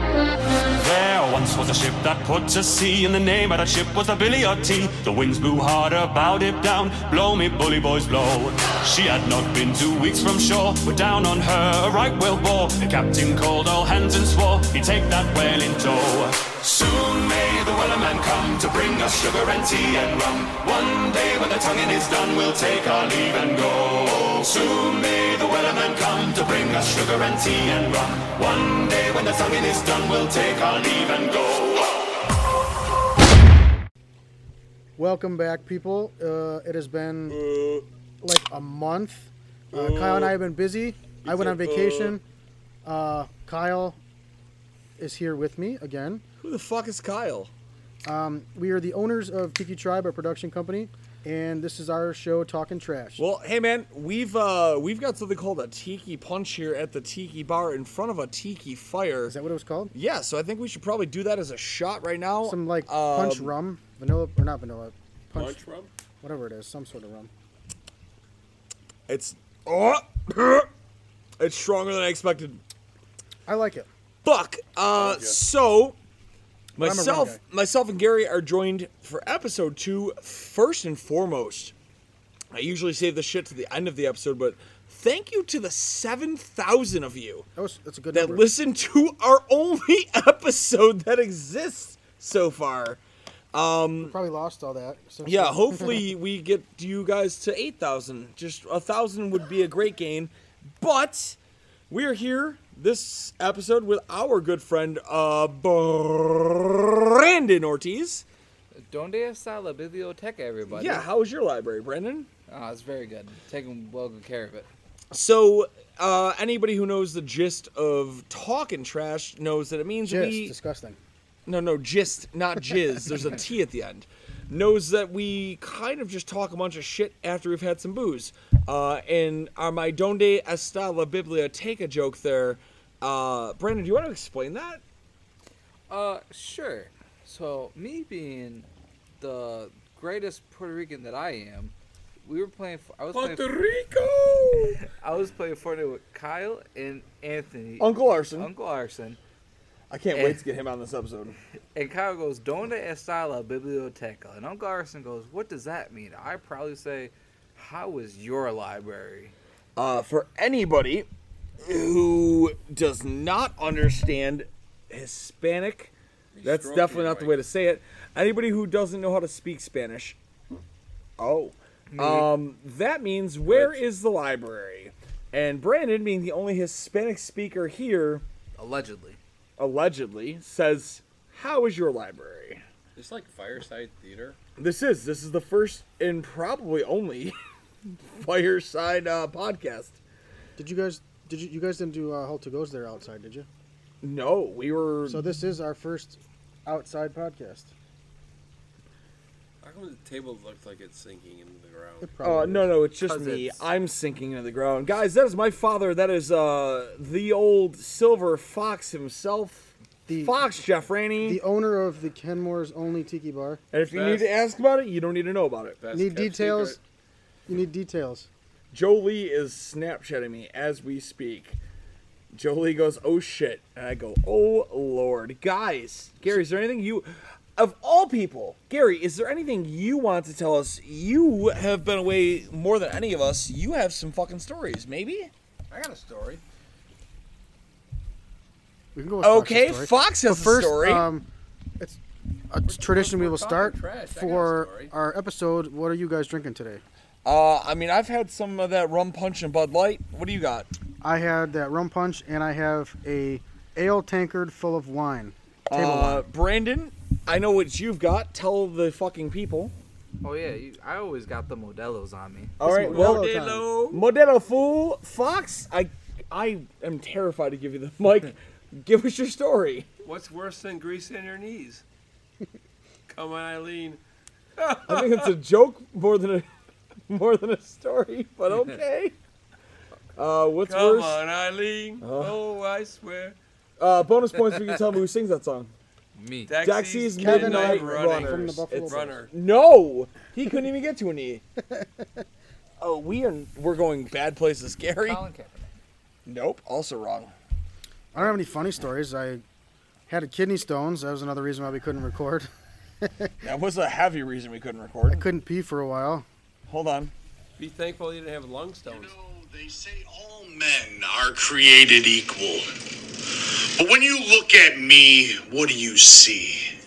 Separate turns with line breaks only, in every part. There once was a ship that put to sea, and the name of that ship was the Billy T. The winds blew harder, bowed it down, blow me bully boys blow. She had not been two weeks from shore, but down on her a right whale bore. The captain called all hands and swore he'd take that whale in tow. Soon may the wellerman come to bring us sugar and tea and rum. One day when the tonguing is done, we'll take our leave and go. Soon may the wellerman come to bring us sugar and tea and rum. One day when the tonguing is done, we'll take our leave and go.
Welcome back, people. Uh, it has been
Uh.
like a month. Uh, Kyle and I have been busy. I went on vacation. Uh, Kyle is here with me again.
Who the fuck is Kyle?
We are the owners of Tiki Tribe, our production company, and this is our show, Talking Trash.
Well, hey man, we've uh we've got something called a tiki punch here at the tiki bar in front of a tiki fire.
is that what it was called?
yeah, so I think we should probably do that as a shot right now.
Some like punch
Um,
rum, vanilla or not vanilla, punch,
Punch rum?
whatever it is, some sort of rum.
It's oh, it's stronger than I expected.
I like it.
Fuck. Uh, so
rum
myself,
guy.
myself and Gary are joined for episode two. First and foremost, I usually save the shit to the end of the episode, but thank you to the seven thousand of you
That was that's a good
that
number.
listen to our only episode that exists so far.
Probably lost all that. So-
Yeah, hopefully we get you guys to 8,000. Just a 1,000 would be a great gain. But we're here this episode with our good friend uh, Brandon Ortiz.
Donde está la biblioteca, everybody?
Yeah, how was your library, Brandon?
Ah, it's very good. Taking well good care of it.
So, uh, anybody who knows the gist of talking trash knows that it means
Jizz,
we
disgusting.
no, no, gist, not jizz. There's a T at the end. Knows that we kind of just talk a bunch of shit after we've had some booze. Uh, and our my donde está la biblioteca joke there. Uh, Brandon, do you want to explain that?
Uh, sure. So, me being the greatest Puerto Rican that I am, we were playing. I was playing.
Rico.
I was playing Fortnite with Kyle and Anthony,
Uncle Arson.
Uncle Arson,
I can't
wait to
get him on this episode.
and Kyle goes, "Donde está la biblioteca?" And Uncle Arson goes, "What does that mean?" I probably say, "How is your library?"
Uh, for anybody who does not understand Hispanic, that's
stroking
definitely not the
right.
way to say it. Anybody who doesn't know how to speak Spanish, oh, um, that means where is the library? And Brandon, being the only Hispanic speaker here,
Allegedly.
allegedly says, "How is your library?"
It's like fireside theater.
This is this is the first and probably only fireside uh, podcast.
Did you guys? Did you? You guys didn't do uh, Halt to Goes there outside, did you?
No, we were
So this is our first outside podcast.
How come the table looked like it's sinking into the ground?
It
Uh,
probably
no,
is.
no, it's just
'Cause
me.
it's-
I'm sinking into the ground, guys. That is my father. That is uh the old silver fox himself,
The-
fox Jeff Rainey.
The owner of the Kenmore's only tiki bar.
and if you need
Best-
to ask about it, you don't need to know about it.
Best
need
kept
details?
secret.
You need details.
Jolie is Snapchatting me as we speak. Jolie goes, "Oh shit," and I go, "Oh lord, guys, Gary, is there anything you?" Of all people, Gary, is there anything you want to tell us? You have been away more than any of us. You have some fucking stories, maybe?
I got a story.
We can go. With Fox's
Okay,
story.
Fox has
But first,
a story.
um, it's a tradition we
we're
will
talking
start
trash. I got a
for
story.
our episode. What are you guys drinking today?
uh, I mean, I've had some of that rum punch and Bud Light. What do you got?
I had that rum punch, and I have a ale tankard full of wine. Table
Uh, Brandon, I know what you've got. Tell the fucking people.
Oh yeah, you, I always got the Modelo's on me.
All right,
Modelo
well,
time.
Modelo fool, Fox. I, I am terrified to give you the mic. give us your story.
What's worse than grease in your knees? come on, Eileen.
I think it's a joke more than a more than a story, but okay. Uh, what's
Come
worse?
on, Eileen. Oh, I swear.
Uh, bonus points if you can tell me who sings that song.
Me.
Daxie's
Kevin Knight
Midnight Runners.
from the Buffalo
It's-
Runner.
No, he couldn't even get to an E. oh, we are we're going bad places, Gary.
Colin Kaepernick.
Nope, also wrong.
I don't have any funny stories. I had a kidney stones. That was another reason why we couldn't record.
That was a heavy reason we couldn't
I
record.
couldn't pee for a while.
Hold on.
Be thankful you didn't have lung stones.
They say all men are created equal. But when you look at me, what do you see?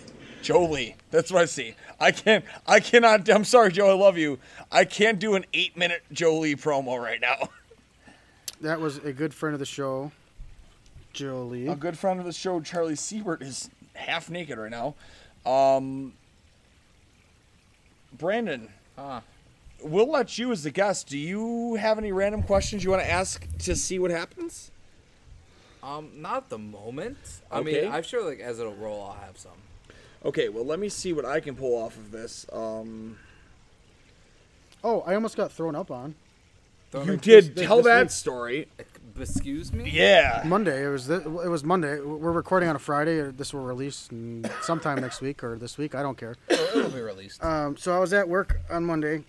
Jolie. That's what I see. I can't. I cannot. I'm sorry, Joe. I love you. I can't do an eight-minute Jolie promo right now.
That was a good friend of the show, Jolie.
A good friend of the show, Charlie Siebert, is half naked right now. Um, Brandon,
Huh.
we'll let you as the guest. Do you have any random questions you want to ask to see what happens?
Um, not at the moment. I
Okay.
mean, I'm sure like as it'll roll, I'll have some.
Okay, well, let me see what I can pull off of this. Um,
Oh, I almost got thrown up on
Throw
you
it-
did
this-
tell
this
that
week.
story.
Excuse me.
Yeah.
Monday. It was th- it was Monday. We're recording on a Friday. This will release mm, sometime next week or this week. I don't care.
It'll Oh, be released.
Um, so I was at work on Monday.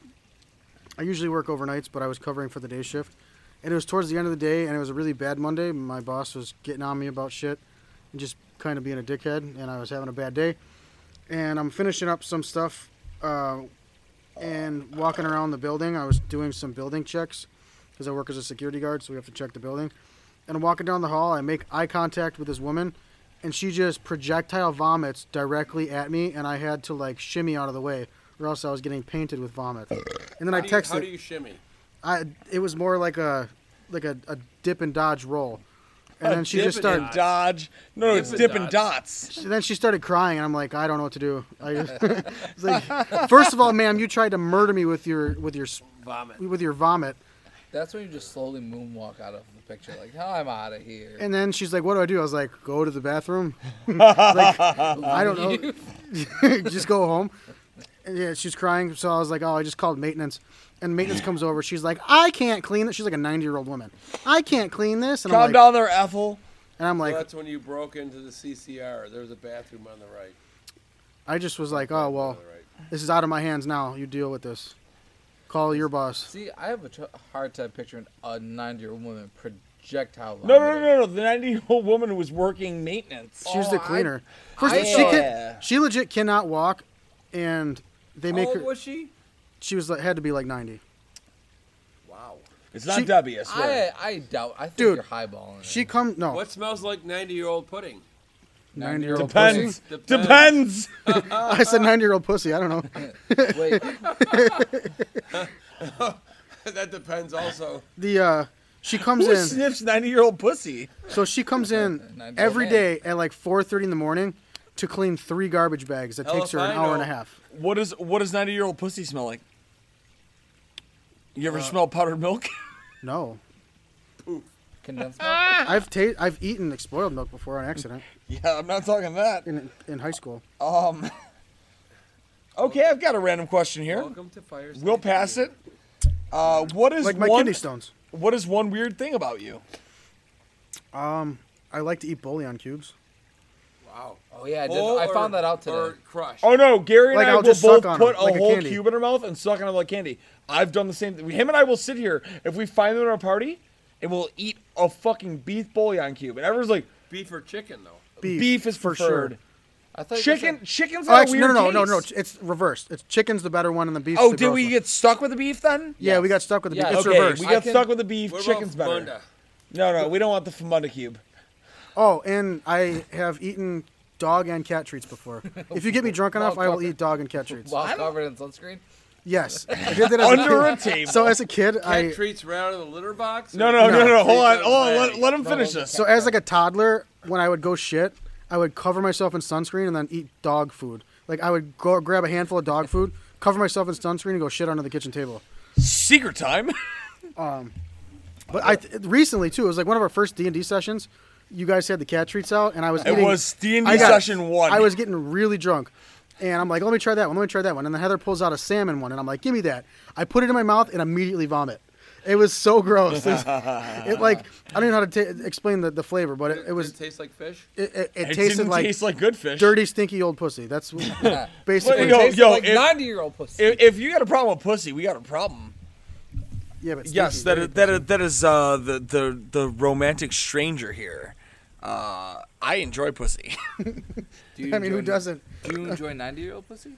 I usually work overnights, but I was covering for the day shift. And it was towards the end of the day, and it was a really bad Monday. My boss was getting on me about shit and just kind of being a dickhead, and I was having a bad day. And I'm finishing up some stuff uh, and walking around the building. I was doing some building checks because I work as a security guard, so we have to check the building. And I'm walking down the hall, I make eye contact with this woman, and she just projectile vomits directly at me, and I had to like shimmy out of the way, or else I was getting painted with vomit. And then I
How do, you, how
texted.
do you shimmy?
I it was more like a like a, a dip and dodge roll, and then she
dip
just
and
started.
dodge. No, no, it's
Dippin'
dipping dots.
And then she started crying, and I'm like, I don't know what to do. I it's like, first of all, ma'am, you tried to murder me with your with your s-
Vomit.
with your vomit.
That's when you just slowly moonwalk out of the picture, like, "Hell, I'm out of here."
And then she's like, "What do I do?" I was like, "Go to the bathroom." like, I don't know. just go home. And yeah, she's crying, so I was like, "Oh, I just called maintenance." And maintenance comes over. She's like, "I can't clean this." She's like a 90-year-old woman. "I can't clean this." And
Calm
I'm like,
down there, Ethel.
and I'm like,
Well, that's when you broke into the CCR. There was a bathroom on the right.
I just was like, "Oh,
On
well,
the right.
this is out of my hands now. You deal with this. Call your boss."
See, I have a tr- hard time picturing a 90 year old woman projectile.
No, no, no,
vomiting.
no, no. The 90 year old woman was working maintenance.
She was the
Oh, I-
cleaner. Of course,
I
she
saw
can,
that.
she legit cannot walk, and they
How
make
old
her.
was she?
She was like, had to be like 90.
Wow.
It's not
She-
Debbie, I swear.
I, I doubt. I think
Dude,
you're highballing.
She
it.
come no.
What smells like 90 year old pudding?
90 year old pussy?
Depends.
Depends.
Depends.
I said 90 year old pussy. I don't know.
Wait,
that depends also.
The uh, she comes
Who
in.
sniffs 90 year old pussy?
So she comes in
90-year-old
every
man.
day at like 4:30 in the morning to clean three garbage bags. That
Hell
takes
if
her an
I
hour and
know.
a half.
What is what does 90 year old pussy smell like? You
Uh,
ever smell powdered milk?
No,
condensed milk.
I've ta- I've eaten spoiled milk before on accident
yeah, I'm not talking that.
in in high school.
Um. Okay, I've got a random question here.
Welcome to Fire
We'll
Station.
pass it. Uh, what is
Like my
one?
kidney stones.
What is one weird thing about you?
I like to eat bullion cubes.
Wow.
Oh yeah, I, did,
Whole
I found
or-
that out today.
Or crush.
Oh no, Gary and
Like,
I
I'll
will
just
both
suck on
put
'em,
a
like a
whole
candy.
cube in our mouth and suck on it like candy. I've done the same thing. Him and I will sit here if we find them at our party, and we'll eat a fucking beef bouillon cube. And everyone's like,
Beef or chicken, though.
Beef,
beef, is
for
for
sure.
preferred.
I thought you
Chicken,
said-
chicken's
Oh,
not
actually, no,
weird.
no, no, no, no.
taste.
It's reversed. It's chicken's the better one, and the beef's
Oh,
the
did
gross
we
one.
get stuck with the beef then?
Yeah, we got stuck with the beef.
Yeah.
It's
Okay,
reversed.
we
I
got
can-
stuck with the beef.
What
Chicken's
about
better.
Funda?
No, no, we don't want the Famunda cube.
Oh, and I have eaten dog and cat treats before. If you get me drunk enough, I will eat dog and cat treats.
while covered in sunscreen.
Yes, I did that as
Under
a
a
kid.
table.
So as a kid,
Cat
I
treats round in the litter box?
no,
or
no,
No.
no, no, no. Hold on,
Treats
hold on.
bag?
Let, let him finish this.
so as like a toddler, when I would go shit, I would cover myself in sunscreen and then eat dog food. Like I would go grab a handful of dog food, cover myself in sunscreen, and go shit under the kitchen table.
Secret time.
But I th- recently too, it was like one of our first D and D sessions. You guys had the cat treats out, and I was.
It
eating-
was D&D
I got-
session one.
I was getting really drunk. And I'm like, let me try that one. Let me try that one. And then Heather pulls out a salmon one, and I'm like, give me that. I put it in my mouth and immediately vomit. It was so gross. It, like I don't even know how to ta explain the, the flavor, but it, it
Does
was
it taste like fish?
it, it, it
It
tasted
didn't
like,
taste like good fish.
dirty, stinky old pussy. That's basically.
Yo,
Tastes
yo,
like
if-
90 year old pussy.
If, if you got a problem with pussy, we got a problem.
yeah, but
Yes,
stinky,
that
dirty
is, that is, that is uh, the, the the romantic stranger here. Uh, I enjoy pussy.
do you
pussy. I mean, who
enjoy-
doesn't?
Do you enjoy 90 year old pussy?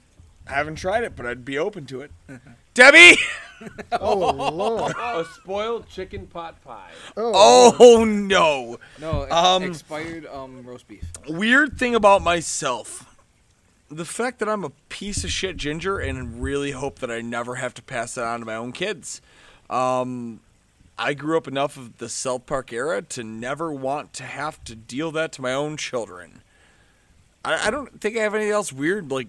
I haven't tried it, but I'd be open to it. Debbie!
Oh lord.
A spoiled chicken pot pie.
Oh no!
No, ex-
Um,
expired um roast beef.
Weird thing about myself. The fact that I'm a piece of shit ginger and really hope that I never have to pass that on to my own kids. Um, I grew up enough of the South Park era to never want to have to deal that to my own children. I, I don't think I have anything else weird. Like,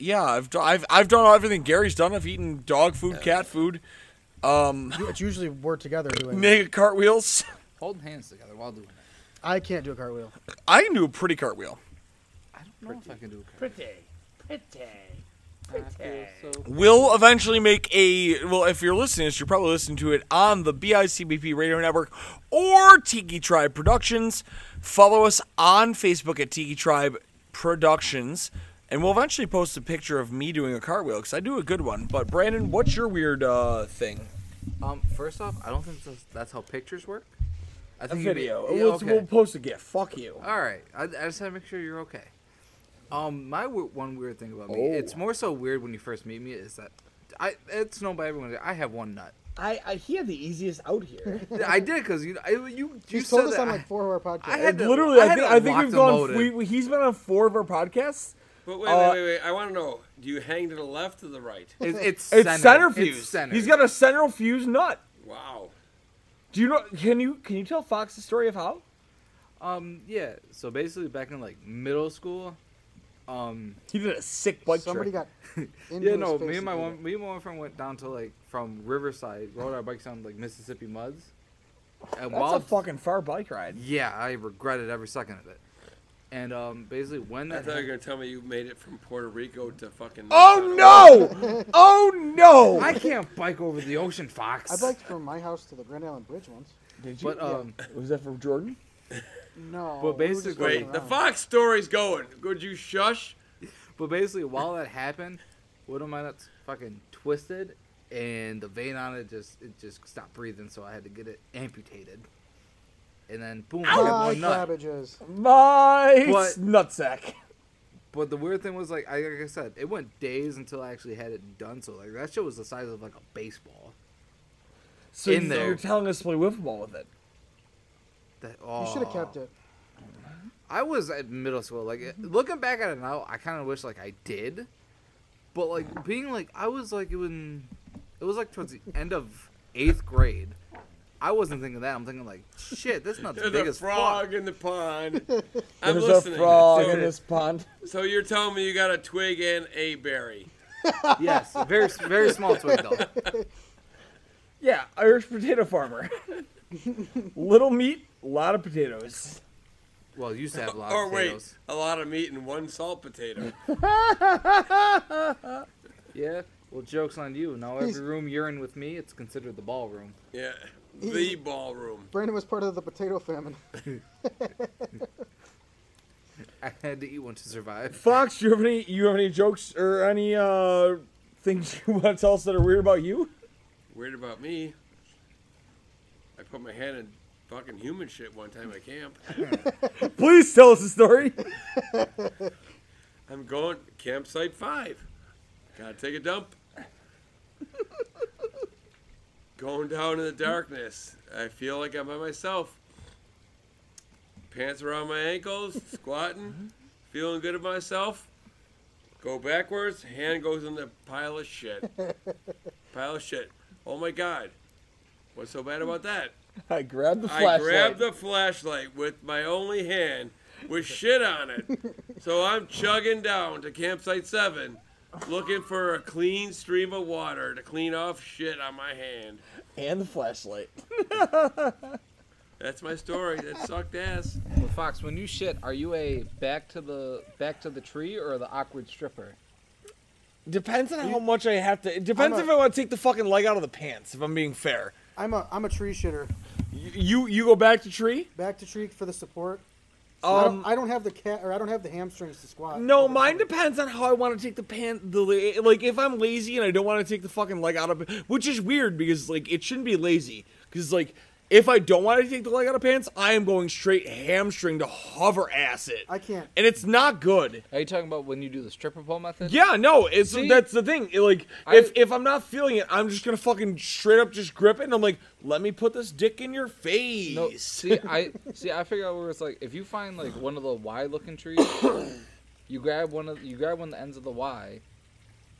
yeah, I've, do- I've I've done everything Gary's done. I've eaten dog food, cat food, um,
It's usually we're together doing. it.
mega cartwheels.
Holding hands together while doing that.
I can't do a cartwheel.
I can do a pretty cartwheel.
I don't know if I can do a Pretty. Pretty. Pretty. So
We'll eventually make a well. If you're listening, to this, you're probably listening to it on the BICBP Radio Network or Tiki Tribe Productions. Follow us on Facebook at Tiki Tribe Productions, and we'll eventually post a picture of me doing a cartwheel because I do a good one. But Brandon, what's your weird uh, thing?
Um, first off, I don't think that's, that's how pictures work. I
A
think it'd be-
video.
Yeah,
we'll,
okay.
we'll post a gift. Fuck you.
All right, I, I just had to make sure you're okay. Um, my w- one weird thing about me,
Oh.
it's more so weird when you first meet me, is that I it's known by everyone. that I have one nut.
I, I he had the easiest out here.
I did because you know, I, you you
He's told
said
us
that
on
I-
like four hour podcast.
I had to-
Literally,
I
I
had
think,
it
I think we've
locked and
gone.
loaded.
We, we- he's been on four of our podcasts.
But wait,
Uh,
wait, wait, wait. I want to know. Do you hang to the left or the right?
It-
It's
it's centered.
centrifuge.
It's centered.
He's got a centrifuge nut.
Wow.
Do you know? Can you can you tell Fox the story of how?
um yeah. So basically, back in like middle school, um
He did a sick bike
Somebody got. into
yeah
his
no me
face
and my
did
one me and my one friend went down to like from Riverside, rode our bikes down like Mississippi muds, and
That's a fucking far bike ride.
yeah, I regretted every second of it. And um, basically, when
I
that
thought you were
happened,
gonna tell me you made it from Puerto Rico to fucking.
Oh no! oh no!
I can't bike over the ocean, Fox.
I biked from my house to the Grand Island Bridge once.
Did
But um,
was that from Jordan?
No.
But
we were just
basically-
walking
Wait, the
around.
Fox story's going. Could you shush?
but basically, while that happened, one of my nuts fucking twisted, and the vein on it just it just stopped breathing, so I had to get it amputated. And then boom, I
Ah,
had
My
one nut.
cabbages.
My
But-
nutsack.
But the weird thing was, like I, like I said, it went days until I actually had it done. So like that shit was the size of like a baseball.
So
In
you-
there.
you're telling us to play wiffle ball with it.
That
You
oh,
should have kept it. Mm-hmm.
I was at middle school. Like it- looking back at it now, I kind of wish like I did, but like being like I was like it was, it was like towards the end of eighth grade. I wasn't thinking that. I'm thinking like, shit, this nut's
There's
big
a
as
frog in the pond. I'm
There's a
listening.
frog
So,
in this pond.
so you're telling me you got a twig and a berry?
fuck. Yes, very s- very small twig though.
Yeah, Irish potato farmer. Little meat, a lot of potatoes.
Well, used to have a lot
Or
of
wait,
potatoes.
a lot of meat and one salt potato.
Yeah. Well, jokes on you. Now every
He's-
room you're in with me, it's considered the ballroom.
Yeah, the ballroom.
Brandon was part of the potato famine.
I had to eat one to survive.
Fox, do you have any you have any jokes or any uh things you want to tell us that are weird about you?
Weird about me. I put my hand in fucking human shit one time at camp.
Please tell us a story.
I'm going campsite five. Gotta take a dump. going down in the darkness. I feel like I'm by myself. Pants around my ankles, squatting, feeling good about myself. Go backwards, hand goes in the pile of shit. Pile of shit. Oh my god. What's so bad about that?
I grabbed the
I
flashlight.
grabbed the flashlight with my only hand with shit on it. So I'm chugging down to campsite seven looking for a clean stream of water to clean off shit on my hand.
and the flashlight.
That's my story. That sucked ass.
Well, Fox, when you shit, are you a back to the back to the tree or the awkward stripper?
Depends on how much I have to. It depends
I'm a-
if I want to take the fucking leg out of the pants. If I'm being fair,
I'm a I'm a tree shitter.
Y- you you go back to tree.
Back to tree for the support. I,
Um,
don't, I don't have the cat or I don't have the hamstrings to squat.
No, mine depends on how I want to take the pant. The la- like, if I'm lazy and I don't want to take the fucking leg out of, which is weird because like it shouldn't be lazy. Because like, if I don't want to take the leg out of pants, I am going straight hamstring to hover ass it.
I can't.
and it's not good.
Are you talking about when you do the stripper pole method?
Yeah, no, it's
See?
that's the thing. It, like,
I-
if if I'm not feeling it, I'm just gonna fucking straight up just grip it. and I'm like, let me put this dick in your face.
No, see, I see. I figure out where it's like if you find like one of the Y looking trees, you grab one of you grab one of the ends of the Y,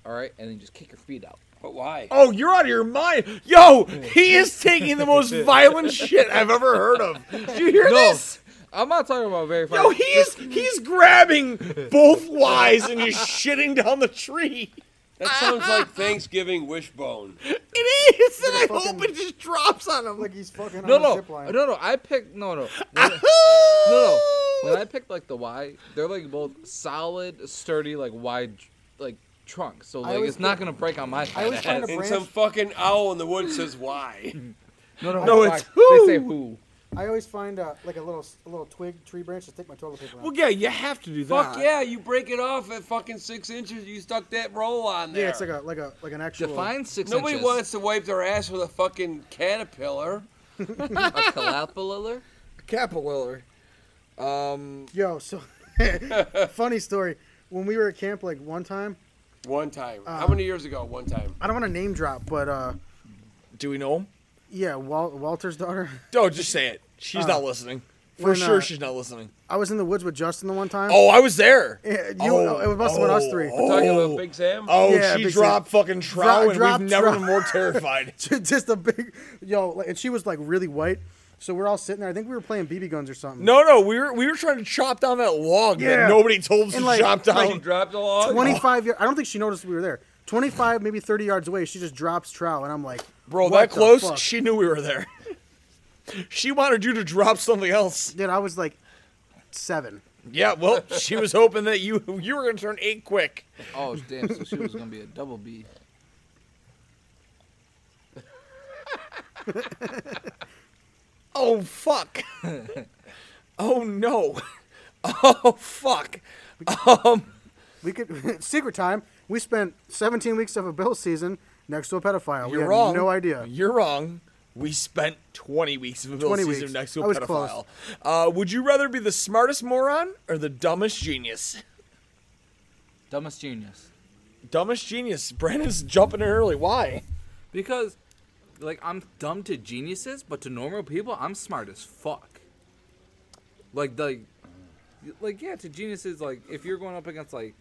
all right, and then just kick your feet out.
But why?
Oh, you're out of your mind. Yo, he is taking the most violent shit I've ever heard of. Do you hear this?
I'm not talking about very far.
Yo, he is he's grabbing both Ys and just shitting down the tree.
That sounds like Thanksgiving wishbone.
It is, and I hope
fucking-
it just drops on him.
Like he's fucking
no,
on a
no,
zip line.
no, no. I picked no, no, no, no. no. When I picked like the Y, they're like both solid, sturdy, like wide, like trunks. So like
always
it's not gonna break on my.
I always
fat
find a
ass.
And
branch.
some fucking owl in the woods says why.
no, no,
No,
fuck.
it's who.
They say who.
I always find uh, like a little a little twig tree branch to stick my toilet paper on.
Well, yeah, you have to do that.
Fuck yeah, you break it off at fucking six inches. You stuck that roll on there.
yeah, it's like a like a like an actual.
Define six
Nobody
inches.
wants to wipe their ass with a fucking caterpillar.
a calapalilla.
Capillary. Um,
Yo, so funny story. When we were at camp, like one time,
One time. How
Um,
many years ago? One time.
I don't want to name drop, but uh,
Do we know him?
yeah, Wal- Walter's daughter.
Don't just say it. She's not listening. For
when,
sure,
uh,
she's not listening.
I was in the woods with Justin the one time.
Oh, I was there.
Yeah, you-
oh,
it must have been us three.
Oh,
Talking about Big Sam?
oh,
Yeah,
she
Big
dropped fucking trout, and
dropped
we've never
trout.
been more terrified.
just a big yo, like, and she was like really white. So we're all sitting there. I think we were playing BB guns or something.
No, no, we were we were trying to chop down that log
Yeah.
that nobody told us
And
to
like-
chop down.
She dropped a log?
25 yards. I don't think she noticed we were there. 25, maybe 30 yards away, she just drops trout, and I'm like,
Bro,
what
that
the
close,
fuck?
she knew we were there. she wanted you to drop something else.
Dude, I was like seven.
Yeah, well, she was hoping that you you were gonna turn eight quick.
Oh damn! So she was gonna be a double B.
Oh fuck. oh no. Oh fuck.
We could secret time. We spent 17 weeks of a bill season next to a pedophile. we
You're
had
wrong.
No idea.
You're wrong. We spent 20 weeks of a bill
20
season
weeks.
next to
I
a
was
pedophile. Uh, would you rather be the smartest moron or the dumbest genius?
Dumbest genius.
Dumbest genius. Brandon's jumping in early. Why?
Because, like, I'm dumb to geniuses, but to normal people, I'm smart as fuck. Like, like, like, yeah, to geniuses, like, if you're going up against like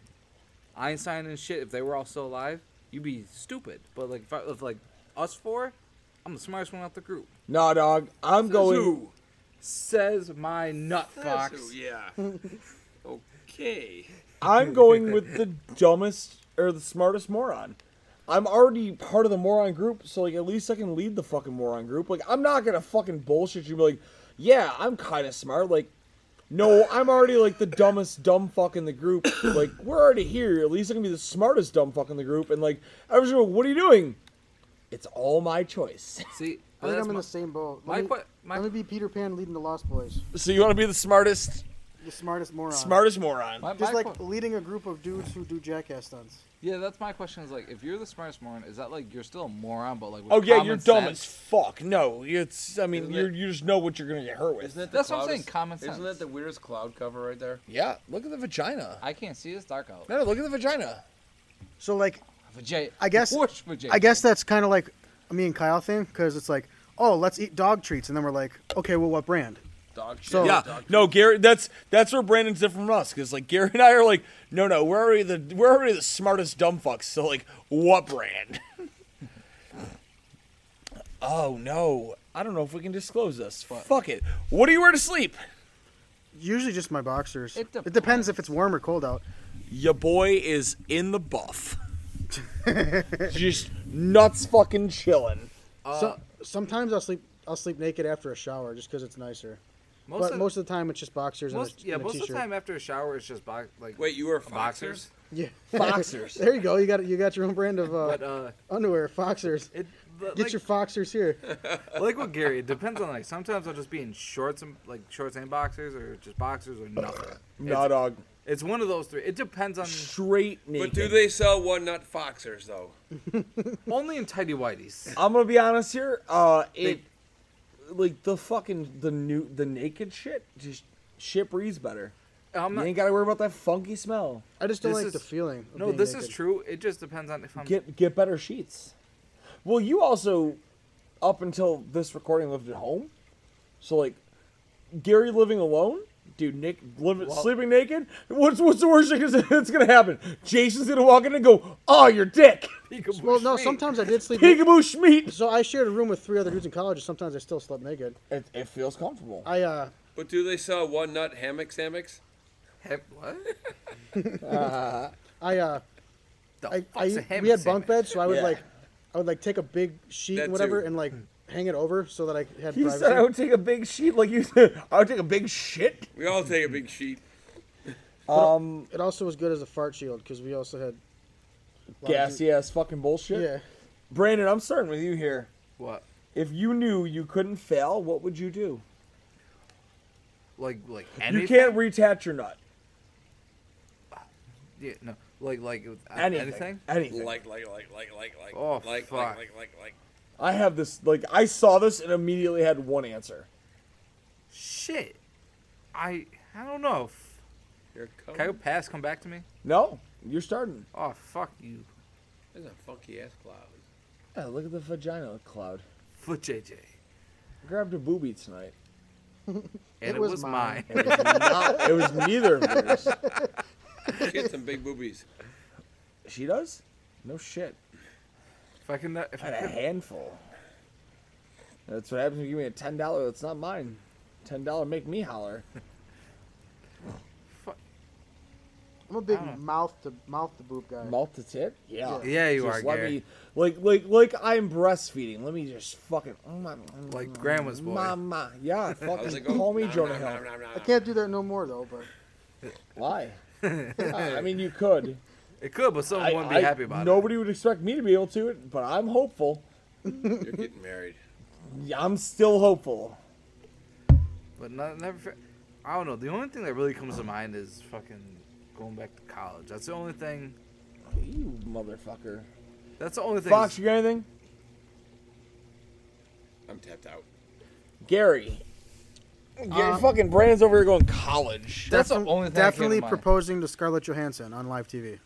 Einstein and shit, if they were all still alive, you'd be stupid. But like, if, I, if like us four, I'm the smartest one out the group.
Nah, dog. I'm going.
Zoo.
Says my nut
Zoo,
fox.
Yeah. okay.
I'm going with the dumbest or the smartest moron. I'm already part of the moron group, so like at least I can lead the fucking moron group. Like I'm not gonna fucking bullshit you. and Be like, yeah, I'm kind of smart. Like, no, I'm already like the dumbest dumb fuck in the group. Like we're already here. At least I can be the smartest dumb fuck in the group. And like, I was like, what are you doing? It's all my choice.
See,
I think I'm in
my,
the same boat.
my
Let, me,
que- my-
let me be Peter Pan leading the Lost Boys,
So you want to be the smartest,
the smartest moron.
smartest moron?
my,
Just
my
like
que-
leading a group of dudes who do jackass stunts.
yeah, that's my question. Is like, if you're the smartest moron, is that like you're still a moron, but like, with
Oh yeah,
common
you're dumb
sense?
as fuck. No, it's. I mean,
Isn't
you
it-
you just know what you're gonna get hurt with.
Isn't that the
That's what I'm
cloudest-
saying, common sense.
Isn't that the weirdest cloud cover right there?
Yeah, look at the vagina.
I can't see. It's dark out.
No, look at the vagina.
So like,
Vajay.
I guess-
Whoosh, Vijay.
I guess that's kind of like me and Kyle thing, because it's like, oh, let's eat dog treats, and then we're like, okay, well, what brand?
Dog shit.
So-
Yeah,
Dog
no, Gary. That's that's where Brandon's different from us, because like Gary and I are like, no, no, we're already the we're already the smartest dumb fucks. So like, what brand? oh no, I don't know if we can disclose this. Fuck it. What do you wear to sleep?
Usually just my boxers.
It
it depends if it's warm or cold out.
Your boy is in the buff. Just nuts, fucking chilling.
Uh,
so, sometimes I'll sleep. I'll sleep naked after a shower just because it's nicer.
most
but
of,
most of the time, it's just boxers
most-
and a,
yeah,
and a
most of the
t-shirt.
time after a shower, it's just box like
Wait, you were
boxers.
boxers?
Yeah.
Foxers.
there you go. You got you got your own brand of uh,
But uh,
underwear, Foxers.
it
Get
like,
your Foxers here.
like what Gary. It depends on like sometimes I'll just be in shorts and like shorts and boxers or just boxers or nothing.
Nah, dog.
It's one of those three. It depends on
Straight naked.
But do they sell one nut foxers though?
only in tidy whities.
I'm gonna be honest here. Uh, it like the fucking the new the naked shit just shit breathes better.
I'm
you
not.
ain't gotta worry about that funky smell.
I just don't
This
like
is-
the feeling. of
No,
being
this is
naked.
true. It just depends on if I'm.
Get get better sheets. Well, you also up until this recording lived at home, so like Gary living alone. Dude, Nick living, sleeping naked. What's what's the worst thing that's gonna happen? Jason's gonna walk in and go, "Oh, your dick,
Well, no. Sometimes I did sleep. naked.
peekaboo schmeat."
So I shared a room with three other dudes in college, and sometimes I still slept naked.
It, it feels comfortable.
I uh,
But do they sell one nut hammocks hammocks?
Heck, what?
I uh,
The
I, I
fuck's a ham
we had bunk
sandwich?
beds, so I would
Yeah.
like, I would like take a big sheet
That
and whatever,
too.
and like hang it over so that I had
You
privacy.
said I would take a big sheet, like you said. I would take a big shit.
We all take a big sheet.
Um,
It also was good as a fart shield because we also had. Well,
gassy ass fucking bullshit.
Yeah.
Brandon, I'm starting with you here.
What?
If you knew you couldn't fail, what would you do?
Like like
You
anything?
can't retat your nut.
Yeah, no. Like like uh,
Anything.
anything?
Anything.
Like like like like like like
Oh,
like,
fuck.
like like like like.
I have this. Like I saw this and immediately had one answer.
Shit. I I don't know. F-
Here it comes.
Can I go pass? Come back to me?
No, you're starting.
Oh fuck you,
There's a funky ass cloud.
Yeah, look at the vagina cloud.
foot JJ.
I grabbed a booby tonight.
And it,
was
was,
mine.
It
mine.
was, not, it was neither of yours.
She had some big boobies.
She does? No shit.
if I can, not- if
I
I
had a
could,
handful. That's what happens when you give me a ten dollar. That's not mine. Ten dollar make me holler.
I'm a big mouth to mouth to boob guy.
Malt to tip? Yeah.
Yeah, you
Just
are,
Let
Gary.
me like like like I'm breastfeeding. Let me just fucking oh
Like grandma's boy.
Mama, yeah,
How's
fucking
it going?
call me
oh, Nom,
Jonah
nom,
Hill.
nom, nom, nom,
I
nom.
can't do that no more though, but
Why? I mean, you could.
it could, but someone
I
wouldn't be
I-
happy about
Nobody would expect me to be able to it, but I'm hopeful.
You're getting married.
Yeah, I'm still hopeful.
it. But not, never. fa- I don't know. The only thing that really comes to mind is fucking going back to college. That's the only thing.
You motherfucker.
That's the only thing.
Fox, you got anything?
I'm tapped out.
Gary. Gary
Uh,
fucking Brandon's over here going college.
That's the only thing that came to
definitely
mind.
proposing to Scarlett Johansson on live TV.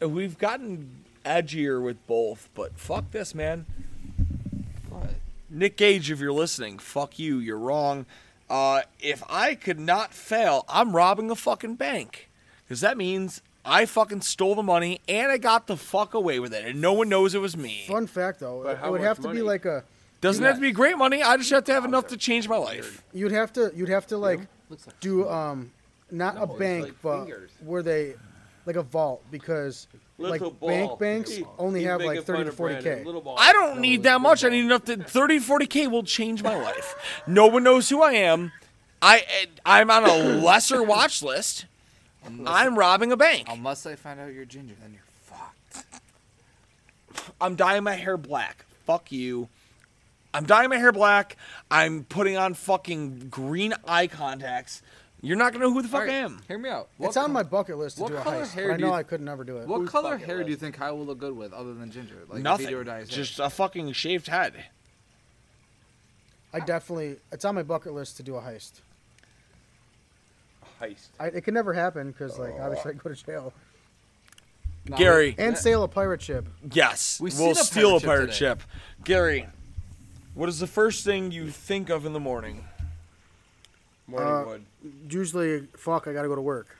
We've gotten edgier with both, but fuck this, man. Nick Gage, if you're listening, fuck you. You're wrong. Uh, if I could not fail, I'm robbing a fucking bank. Because that means I fucking stole the money and I got the fuck away with it. And no one knows it was me.
Fun fact though, it
how
would
much
have to
money?
be like a
Doesn't have to be great money. I just have to have enough to change my life.
you'd have to you'd have to like do um not a
No, it's
bank
like
but
fingers.
where they like a vault because
Little
like
ball.
bank banks
He's-
only
he's
have
making
like
fun
30 to
of
40
Brandon.
k.
Little ball.
I don't need that much. I need enough that 30, 40K will change my life. No one knows who I am. I, I'm on a lesser watch list. I'm robbing a bank.
Unless I find out you're ginger, then you're fucked.
I'm dyeing my hair black. Fuck you. I'm dyeing my hair black. I'm putting on fucking green eye contacts. You're not gonna know who the fuck I am.
Hear me out.
It's on my bucket list to
what
do a
color
heist.
hair
but I
do you
know I
th-
could never do it.
What color
bucket
hair do you
list?
think Kyle will look good with other than ginger? Like if he
Nothing.
dyes hair.
Just a fucking shaved head.
I definitely it's on my bucket list to do a heist.
Heist.
I, it could never happen because like obviously I go to jail
Nah,
Gary,
and sail a pirate ship.
yes,
We've
we'll
seen a
steal a
pirate
pirate
ship
ship. Gary, what is the first thing you think of in the morning?
Morning wood.
Usually, fuck, I gotta go to work.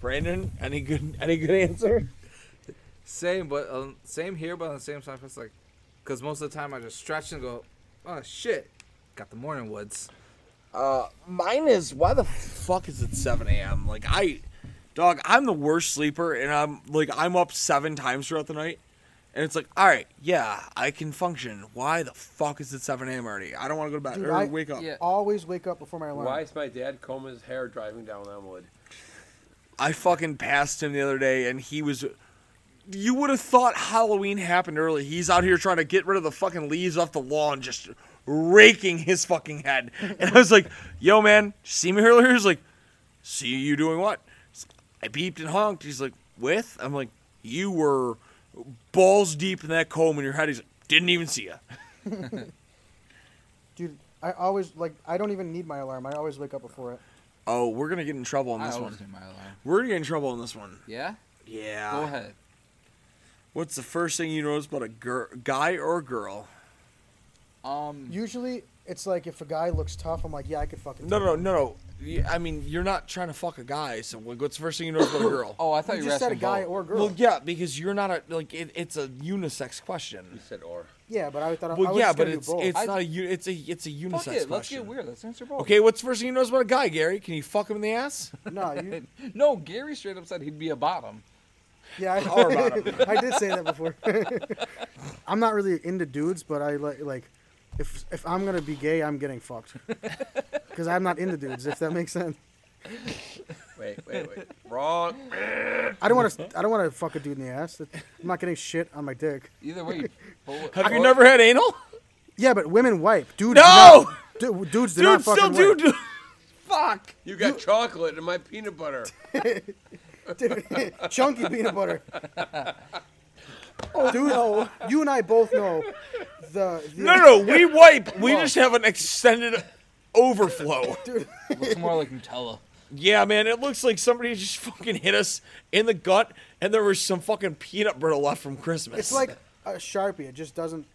Brandon, any good any good answer?
Same, but um, same here, but on the same time, it's like, because most of the time I just stretch and go, oh shit, got the morning woods.
Mine is why the fuck is it 7 a.m.? Like I, dog, I'm the worst sleeper, and I'm like I'm up seven times throughout the night, and it's like, all right, yeah, I can function. Why the fuck is it 7 a.m. already? I don't want to go to bed
Dude,
or
I-
wake up.
yeah.
Always wake up before my alarm.
Why is my dad combing his hair driving down Elmwood?
I fucking passed him the other day, and he was. You would have thought Halloween happened early. He's out here trying to get rid of the fucking leaves off the lawn, just raking his fucking head. And I was like, "Yo, man, see me earlier?" He's like, "See you doing what?" He's like, I beeped and honked. He's like, "With?" I'm like, "You were balls deep in that comb in your head." He's like, "Didn't even see you."
Dude, I always like. I don't even need my alarm. I always wake up before it.
Oh, we're gonna get in trouble on
I
this
always
one.
do my alarm.
We're gonna get in trouble on this one.
Yeah?
Yeah.
Go ahead.
What's the first thing you notice about a gir- guy or girl?
Mm.
Um,
Usually, it's like if a guy looks tough, I'm like, yeah, I could fucking.
No,
do
no,
it.
no, no. Y- I mean, you're not trying to fuck a guy, so wha- what's the first thing you notice about a girl?
oh, I thought
You
you, were
just said a
asking
guy
both.
or girl.
Well, yeah, because you're not a like it, it's a unisex question.
You said or.
yeah, but I thought I- I
Well,
was
yeah,
just
but
gonna do
it's
both.
it's
I-
not a u- it's a it's a
Fuck it,
unisex question.
let's get weird. Let's answer both.
Okay, what's the first thing you notice about a guy, Gary? Can you fuck him in the ass?
no, you,
No, Gary straight up said he'd be a bottom.
yeah, I,
Or bottom.
I did say that before. I'm not really into dudes, but I like like if if I'm gonna be gay, I'm getting fucked because I'm not into dudes. If that makes sense.
Wait, wait, wait. Wrong.
I don't want to. I don't want to fuck a dude in the ass. That- I'm not getting shit on my dick.
Either way. you- but-
Have you
or-
never had anal?
Yeah, but women wipe. Dudes
No!
do not, du- dudes do
Dude,
not
still
fucking
do.
wipe.
do-
Fuck.
You got chocolate in my peanut butter.
Chunky peanut butter. Oh, dude, you and I both know the. the
No, no, no. We wipe. We just have an extended overflow.
Looks more like Nutella.
Yeah, man, it looks like somebody just fucking hit us in the gut, and there was some fucking peanut butter left from Christmas.
It's like a sharpie. It just doesn't.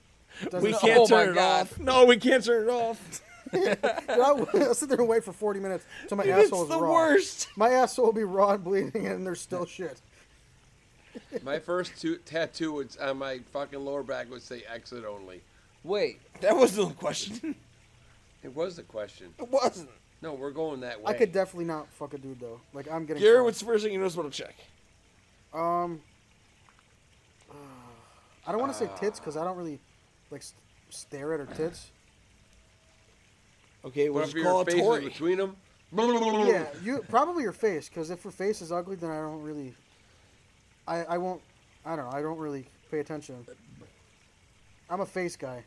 doesn't
we
No,
can't
oh my
turn it
God.
off. No, we can't turn it off.
I'll, I'll sit there and wait for 40 minutes till my
It's
asshole is
the
raw.
worst.
My asshole will be raw and bleeding, and there's still shit.
My first two, tattoo was on my fucking lower back would say exit only.
Wait.
That wasn't a question.
It was the question.
It wasn't.
No, we're going that way.
I could definitely not fuck a dude though. Like I'm getting.
Garrett,
fucked.
what's the first thing you notice about a chick?
Um, I don't want
Uh.
to say tits because I don't really like s- stare at her tits.
Okay,
But
we'll
if
just call
your
it
face is
Tori.
between them,
yeah, you probably your face because if her face is ugly, then I don't really. I I won't. I don't know. I don't really pay attention. I'm a face guy.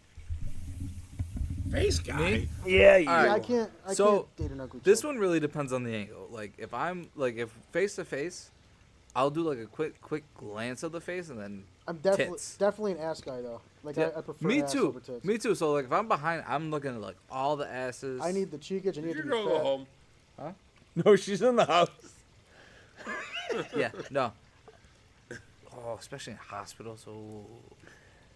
Face guy. Yeah, you.
Yeah,
Alright.
I can't. I
So,
can't date an ugly.
This
chick.
one really depends on the angle. Like if I'm like if face to face, I'll do like a quick quick glance of the face and then
I'm definitely
tits.
definitely an ass guy though. Like I, I prefer
me
ass
too.
over tits.
Me too. So like if I'm behind, I'm looking at like all the asses.
I need the cheekage. I need to
you're
be
gonna go
fat.
home.
No, she's in the house.
yeah no. Oh, especially in hospitals. Oh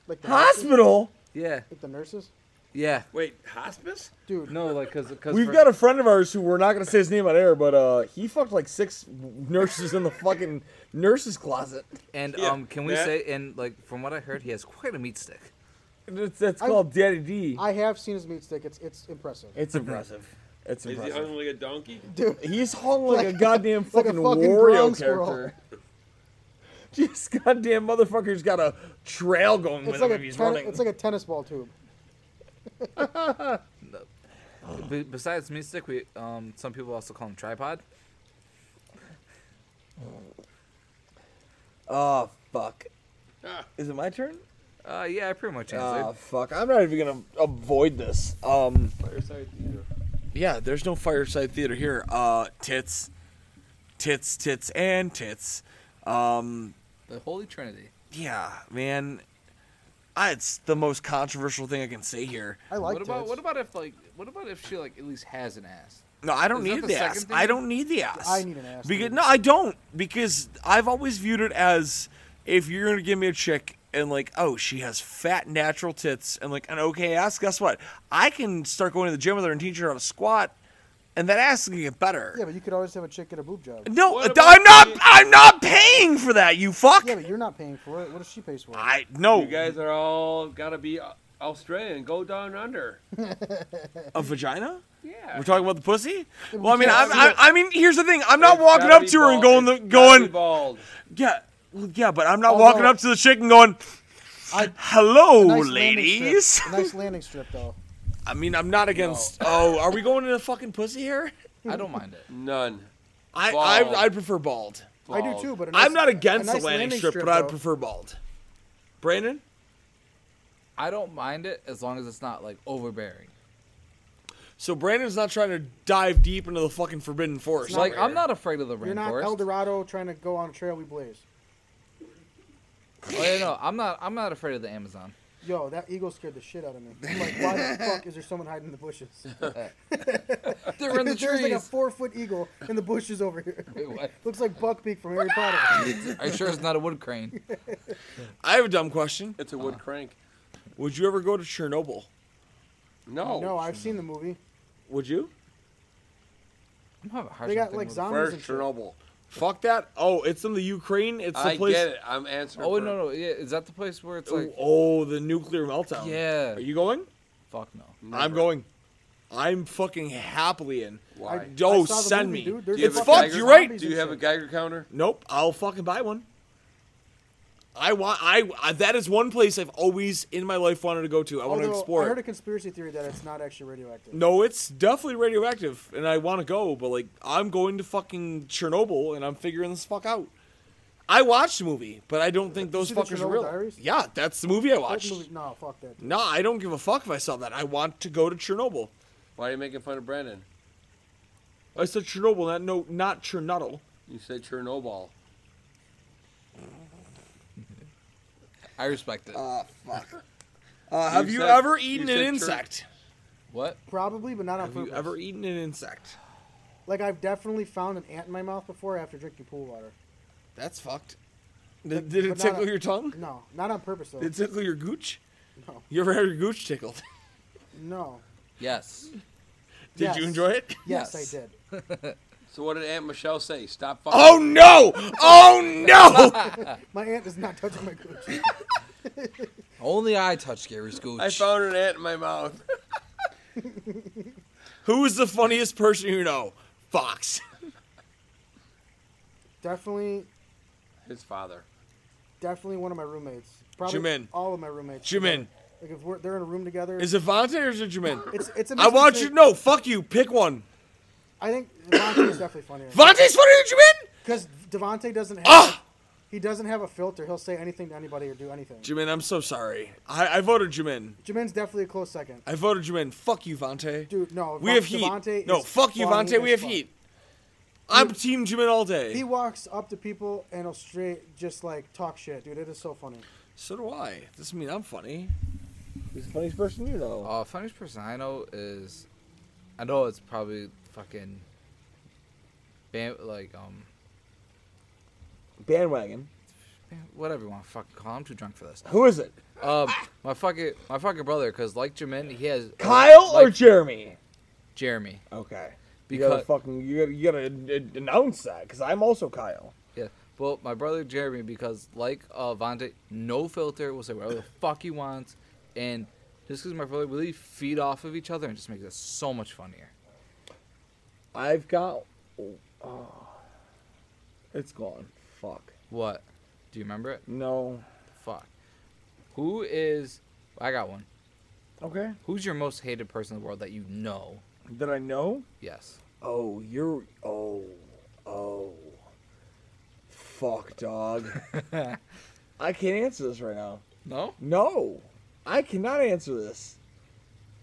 Like the Nurses,
Hospital.
yeah
like the nurses,
yeah
Wait, hospice?
dude.
no like because because
We've got a friend of ours who we're not gonna say his name on air, but uh, he fucked like six nurses in the fucking nurses closet.
and
Yeah,
um can we
that-
say and like from what I heard he has quite a meat stick.
And it's, that's
I-
called Daddy D.
I have seen his meat stick. It's it's impressive.
It's impressive. It's
Is he
impressive.
hung like a donkey?
He's hung like, a goddamn
like a fucking
fucking, Wario
ground squirrel.
character. This goddamn motherfucker's got a trail going
It's
with
like
him.
a
if He's
ten-
running.
it's like a tennis ball tube.
Be- besides meat stick, we um some people also call him tripod.
oh fuck.
Ah.
Is it my turn?
Uh yeah, I pretty much answered.
Oh fuck. I'm not even gonna avoid this. Um.
Fireside theater.
Yeah, there's no fireside theater here. Uh, tits, tits, tits, and tits. Um,
The Holy Trinity.
yeah, man. I, it's the most controversial thing I can say here.
I like
what about
tits.
what about if like what about if she like at least has an ass?
No, I don't
Is that
need
the
the ass.
second
I
thing?
don't need the ass.
I need an ass,
Because
too.
no, I don't. Because I've always viewed it as if you're gonna give me a chick and like, oh, she has fat natural tits and like an okay ass. Guess what? I can start going to the gym with her and teach her how to squat, and that ass is gonna get better.
Yeah, but you could always have a chick get a boob job.
no,
What
th-
about
I'm not.
the-
I'm not paying for that. You fuck.
Yeah, but you're not paying for it. What if she pays for it?
I no
You guys are all gotta be uh, Australian. Go down under.
a vagina.
Yeah.
We're talking about the pussy. Well, I mean,
can't
I'm,
see
I,
it.
I mean, here's the thing. I'm not
It's
walking
gotta
up
be
to her and going,
bald.
the,
It's gotta be
going,
bald.
Yeah, well, yeah, but I'm not
Oh,
walking
no.
up to the chick and going,
I-
"Hello,
Nice landing strip.
ladies."
A nice landing strip, though.
I mean, I'm not against. Oh, are we going to the fucking pussy here?
I don't mind it.
None.
I,
Bald.
I I'd prefer bald.
I do
Bald.
too, but a nice-
I'm not against
a nice
the landing, strip, but
though.
I'd prefer bald. Brandon,
I don't mind it as long as it's not like overbearing.
so Brandon's not trying to dive deep into the fucking forbidden forest.
like
over
I'm
here.
not afraid of the rainforest.
You're not El Dorado trying to go on a trail we blaze.
Oh, yeah, no, I'm not. I'm not afraid of the Amazon.
Yo, that eagle scared the shit out of me. I'm like, why the fuck is there someone hiding in the bushes?
They're in the
There's
trees.
like a four foot eagle in the bushes over here.
Wait, what?
Looks like Buckbeak from Harry Potter.
Are you sure it's not a wood crane?
I have a dumb question.
It's a wood crank.
Would you ever go to Chernobyl?
No.
No, I've seen the movie.
Would you?
I'm having a hard
They got
time thinking
like
of-
zombies
Where's
and shit.
Chernobyl?
Fuck that. Oh, it's in the Ukraine. It's the
I
place.
get it. I'm answering.
Oh
for-
no, no, yeah. Is that the place where it's like?
oh, the nuclear meltdown.
um,
Yeah.
Are you going?
Fuck no.
I'm going. I'm fucking happily in.
Why?
I
Yo,
saw the
send
movie,
me.
dude. There's
Do you
It's
have a
fucking
fucked.
Geiger-
You're right.
zombies
Do you
and
have a
shit.
Geiger counter?
Nope. I'll fucking buy one. I want. I, I. That is one place I've always in my life wanted to go to. I want to
Although,
explore.
I
it.
heard a conspiracy theory that it's not actually radioactive.
No, it's definitely radioactive, and I want to go, but like I'm going to fucking Chernobyl, and I'm figuring this fuck out. I watched the movie, but I don't think those
see the
fuckers are
Chernobyl
real.
Diaries?
Yeah, that's the movie I
That
watched.
movie- no, fuck that.
Nah, I don't give a fuck if I saw that. I want to go to Chernobyl.
Why are you making fun of Brandon?
I said Chernobyl, not no, not Chernuddle.
You said Chernobyl.
I respect it.
Uh, have you
said-
ever eaten
you
an
said Chern-
insect?
what?
Probably, but not on
Have you
purpose.
ever eaten an insect?
Like I've definitely found an ant in my mouth before after drinking pool water.
That's fucked. Did, did it
but not
tickle
a-
your tongue?
No, not on purpose though.
Did it tickle your gooch?
No.
You ever had your gooch tickled?
no.
Yes.
did you
Yes.
enjoy it?
Yes,
Yes.
I did.
So what did Aunt Michelle say? Stop fucking.
Oh no! Oh no!
My aunt is not touching my cooch.
Only I touch Gary's gooch.
I found an ant in my mouth.
Who is the funniest person you know? Fox.
definitely,
His father.
definitely one of my roommates. Probably
Jimin.
all of my roommates.
Jimin.
Like if we're, they're in a room together.
Is it Vontae or is it Jamin?
it's it's. a
I
mixed
want you to
between-
know. Fuck you. Pick one.
I think Devontae is definitely funnier
Vontae's funnier than Jamin?
because Devontae doesn't have.
Ah!
He doesn't have a filter. He'll say anything to anybody or do anything.
Jamin, I'm so sorry. I, I voted Jamin.
Jimin's definitely a close second.
I voted Jamin. Fuck you, Vontae.
Dude, no.
we
Von-
have heat.
Devontae
no,
is
fuck you,
funny
Vontae. We
as
have
fuck.
heat. I'm team Jamin all day.
He walks up to people and he'll straight just like talk shit, dude. It is so funny.
so do I. Doesn't mean I'm funny. He's the funniest person you know.
Uh, funniest person I know is, I know it's probably fucking, bam, like um,
Bandwagon.
bam- whatever you want to fucking call. it. I'm too drunk for this.
Who is it?
Um, my fucking my fucking brother, cause like Jermaine, he has uh,
Kyle or
like
Jeremy?
Jeremy.
Okay. you
Because
gotta fucking you gotta, you gotta uh, announce that because I'm also Kyle.
yeah, well, my brother Jeremy, because like uh, Vontae, no filter will say whatever the fuck he wants, and just cause my brother really feed off of each other and just makes it so much funnier.
I've got. oh, it's gone. Fuck.
What? Do you remember it?
No.
Fuck. Who is? I got one.
Okay.
Who's your most hated person in the world that you know?
Did I know?
Yes.
Oh, you're. Oh. Oh. Fuck, dog. I can't answer this right now.
No?
No. I cannot answer this.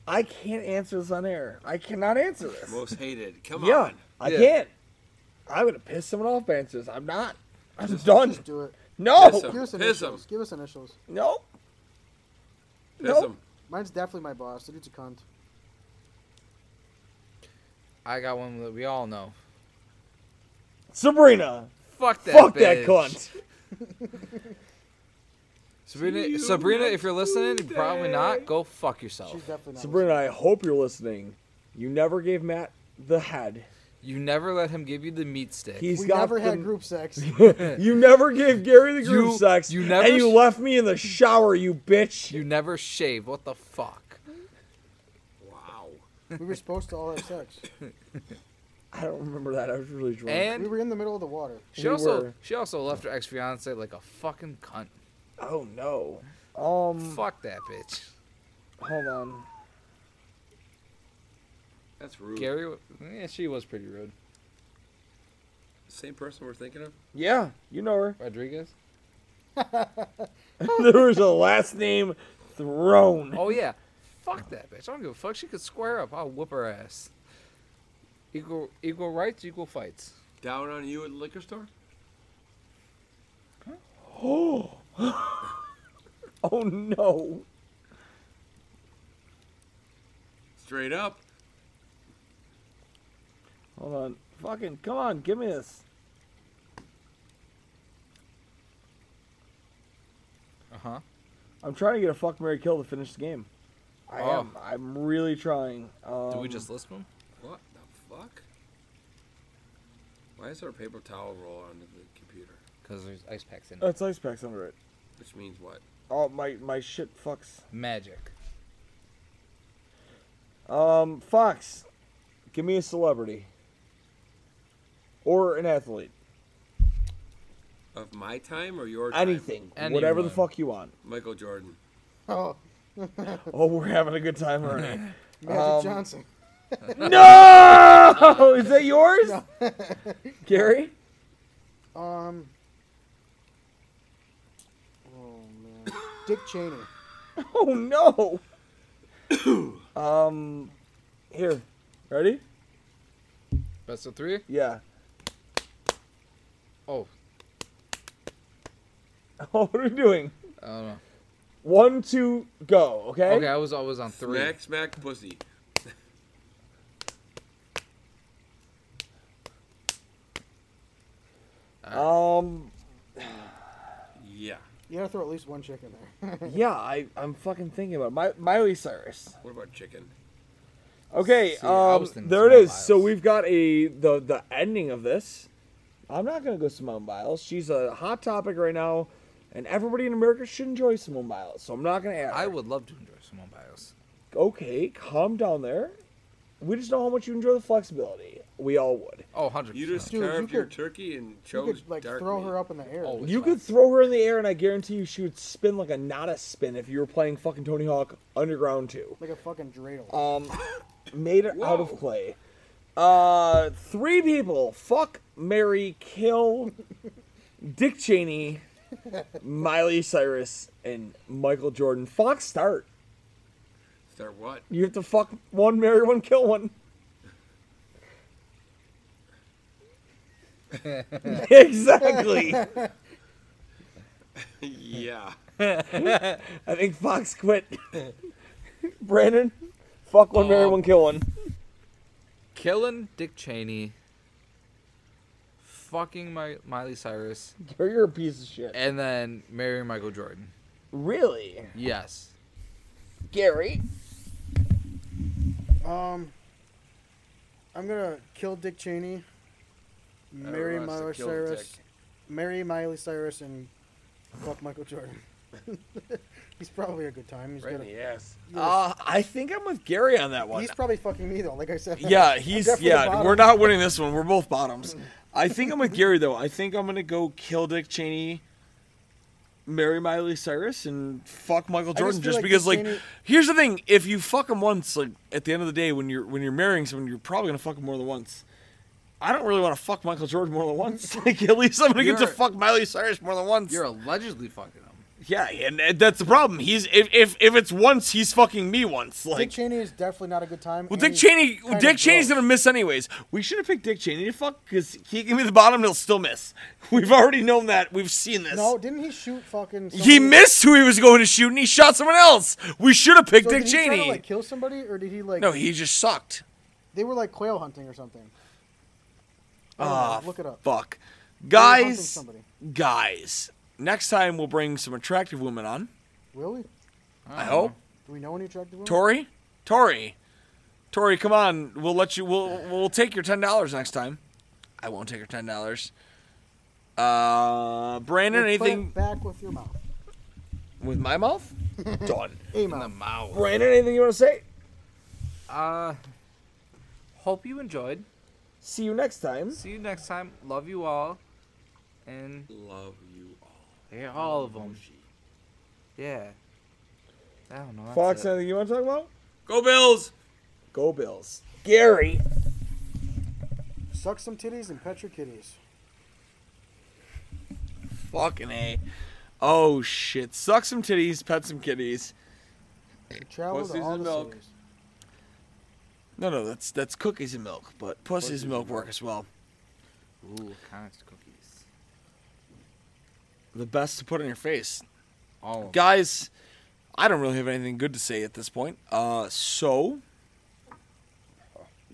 I can't answer this on air. I cannot answer this.
Most hated. Come
yeah.
on.
I
Yeah.
can't. I'm gonna piss someone off by answering this. I'm not. I'm done.
Do it.
No.
Piss 'em.
Give us
Piss 'em.
initials. Give us initials.
Nope.
Piss
Nope.
him.
Mine's definitely my boss. The dude's a cunt.
I got one that we all know.
Sabrina.
Fuck that.
Fuck that
bitch.
cunt.
Sabrina, Sabrina, if you're listening, probably not. Go fuck yourself.
She's definitely not.
Sabrina, I hope you're listening. You never gave Matt the head.
You never let him give you the meat stick.
He's
we
got
never
the,
had group sex.
You never gave Gary the group
You-
sex.
you never
and you
sh-
left me in the shower, you bitch.
you never shave. What the fuck?
Wow.
we were supposed to all have sex.
I don't remember that. I was really drunk.
We
And
were in the middle of the water.
she
we
also
were-
she also left her ex fiance like a fucking cunt.
oh no. Um.
Fuck that bitch.
Hold on.
That's rude.
Gary, yeah, she was pretty rude.
same person we're thinking of?
Yeah, you know her.
Rodriguez.
there was a last name thrown.
Oh yeah, fuck that bitch. I don't give a fuck. She could square up. I'll whoop her ass. Equal equal rights, equal fights.
Down on you at the liquor store?
Oh no.
Straight up.
Hold on. Fucking come on, give me this.
Uh huh.
I'm trying to get a fuck Mary Kill to finish the game. I
Oh.
am. I'm really trying. Um,
Did we just list them?
What the fuck? Why is there a paper towel roll under the computer?
Because there's ice packs in it.
That's Oh, ice packs under it.
Which means what?
Oh my my shit fucks.
Magic.
Um Fox, give me a celebrity. Or an athlete.
Of my time or your time?
Anything. Whatever the
Anyone.
fuck you want.
Michael Jordan.
Oh,
Oh, we're having a good time already.
Magic
Um,
Johnson.
no! Is that yours? Gary?
Um. Oh man, Dick Cheney.
Oh no. um here. Ready?
Best of three.
Yeah.
Oh,
what are we doing?
I don't know.
One, two, go, okay?
Okay, I was always on three.
Smack, smack, pussy.
Um
Yeah.
You gotta throw at least one chick in there.
yeah, I, I'm fucking thinking about it. My, Miley Cyrus.
What about chicken?
Okay,
See, I
um,
was thinking
there it
Simone
is. So
Biles.
we've got a the the ending of this. I'm not gonna go Simone Biles. She's a hot topic right now, and everybody in America should enjoy Simone Biles. So I'm not gonna add.
I
her.
would love to enjoy Simone Biles.
Okay, calm down there. We just know how much you enjoy the flexibility. We all would.
Oh, 100
You just
Dude, you
carved your
could-
turkey and
You
chose
could like
dark
throw
meat.
her up in the air.
Oh,
You could throw her in the air, and I guarantee you she would spin like a not a spin if you were playing fucking Tony Hawk Underground 2.
Like a fucking dreidel.
Um, made it out of clay. Uh, three people. Fuck, Mary, kill Dick Cheney, Miley Cyrus, and Michael Jordan. Fox, start.
Is there what?
You have to fuck one, marry one, kill one. exactly.
yeah.
I think Fox quit. Brandon, fuck one,
Um,
marry one, kill one.
Killing Dick Cheney. Fucking my, Miley Cyrus.
You're a piece of shit.
And then marrying Michael Jordan.
Really?
Yes.
Gary?
Um, I'm gonna kill Dick Cheney, marry
Everyone
Miley
wants to kill
Cyrus,
Dick.
marry Miley Cyrus, and fuck Michael Jordan. he's probably a good time. He's
Right in
gonna.
the ass.
Uh, I think I'm with Gary on that one.
He's probably fucking me though. Like I said.
yeah,
I'm
he's
definitely the
yeah.
bottom.
We're not winning this one. We're both bottoms. I think I'm with Gary though. I think I'm gonna go kill Dick Cheney, marry Miley Cyrus, and fuck Michael Jordan.
just feel
Just
like
because,
Dick
like,
Cheney-
here's the thing: if you fuck him once, like at the end of the day, when you're when you're marrying someone, you're probably gonna fuck him more than once. I don't really want to fuck Michael Jordan more than once. Like at least I'm gonna get to
You're-
fuck Miley Cyrus more than once.
You're allegedly fucking him.
yeah, and uh, that's the problem. He's if, if if it's once, he's fucking me once. Like
Dick Cheney is definitely not a good time.
well,
and
Dick
he's
Cheney,
kinda
Dick Cheney's
gross.
gonna miss anyways. We should have picked Dick Cheney to fuck because he can be the bottom and he'll still miss. We've already known that. We've seen this.
No, didn't he shoot fucking?
he
somebody?
missed who he was going to shoot and he shot someone else. We should have picked
So
Dick
did he try to,
Cheney.
like kill somebody, or did he like?
no, he just sucked.
They were like quail hunting or something. I don't
Ah,
know. Look it up.
Ah, Fuck,
They were hunting
guys,
somebody.
guys. Next time we'll bring some attractive women on.
Really?
I,
Uh-huh.
hope.
Do we know any attractive women?
Tori, Tori, Tori, come on. We'll let you. We'll we'll take your ten dollars next time. I won't take your ten dollars. Uh,
You
Brandon,
put it
anything
back with your mouth.
with my mouth? Done.
A
In the
mouth.
mouth.
Brandon, anything you want to say?
Uh, hope you enjoyed.
See you next time.
See you next time. Love you all. And
Love you all.
yeah, all of them. Yeah. I don't know. that's
Fox,
it.
anything you want to talk about?
Go Bills!
Go Bills. Gary.
Suck some titties and pet your kitties.
Fucking a. Oh shit! Suck some titties, pet some kitties.
Travel to
Pussies
all
and
the
milk.
cities.
No, no, that's that's cookies and milk, but pussies and milk work as well.
Ooh, Conex cookies.
The best to put on your face.
Oh,
Guys, I don't really have anything good to say at this point. Uh, so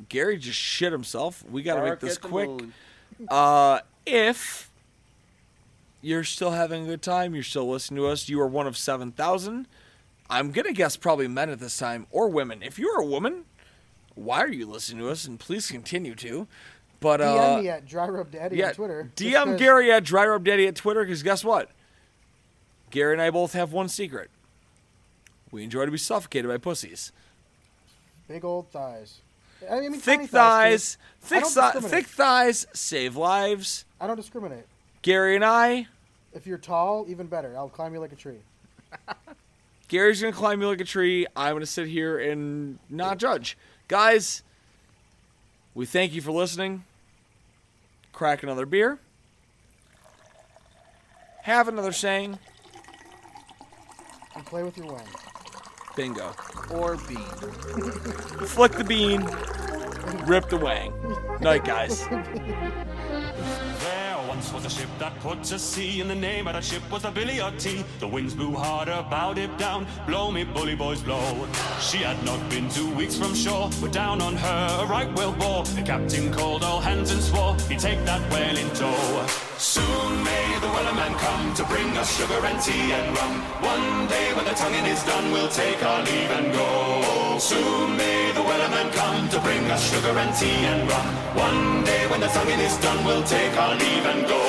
Gary just shit himself. We got to make
Bark
this
at the
quick.
moon.
Uh, if you're still having a good time, you're still listening to us, you are one of 7,000. I'm going to guess probably men at this time or women. If you're a woman, why are you listening to us? And please continue to. But uh,
DM me at Dry Rub Daddy
yeah,
on Twitter. just
DM
'cause
Gary at Dry Rub Daddy at Twitter because guess what? Gary and I both have one secret. We enjoy to be suffocated by pussies.
Big old thighs. I mean, tiny
Thick
thighs.
thighs,
too. I
thick,
don't
thi-
discriminate.
thick thighs save lives.
I don't discriminate.
Gary and I,
If you're tall, even better. I'll climb you like a tree.
Gary's gonna climb you like a tree. I'm gonna sit here and not judge. Guys, we thank you for listening. Crack another beer. Have another saying.
And play with your wings.
Bingo.
or bean.
Flick the bean. Rip the wang. Night, guys.
There once was a ship that put to sea, and the name of that ship was the Billy T. The winds blew harder, bowed it down, blow me bully boys blow. She had not been two weeks from shore, but down on her a right whale bore. The captain called all hands and swore he'd take that whale in tow. Soon may the wellerman come to bring us sugar and tea and rum. One day when the tonguing is done, we'll take our leave and go. Soon may the wellerman come to bring us sugar and tea and rum. One day when the tonguing is done, we'll take our leave and go.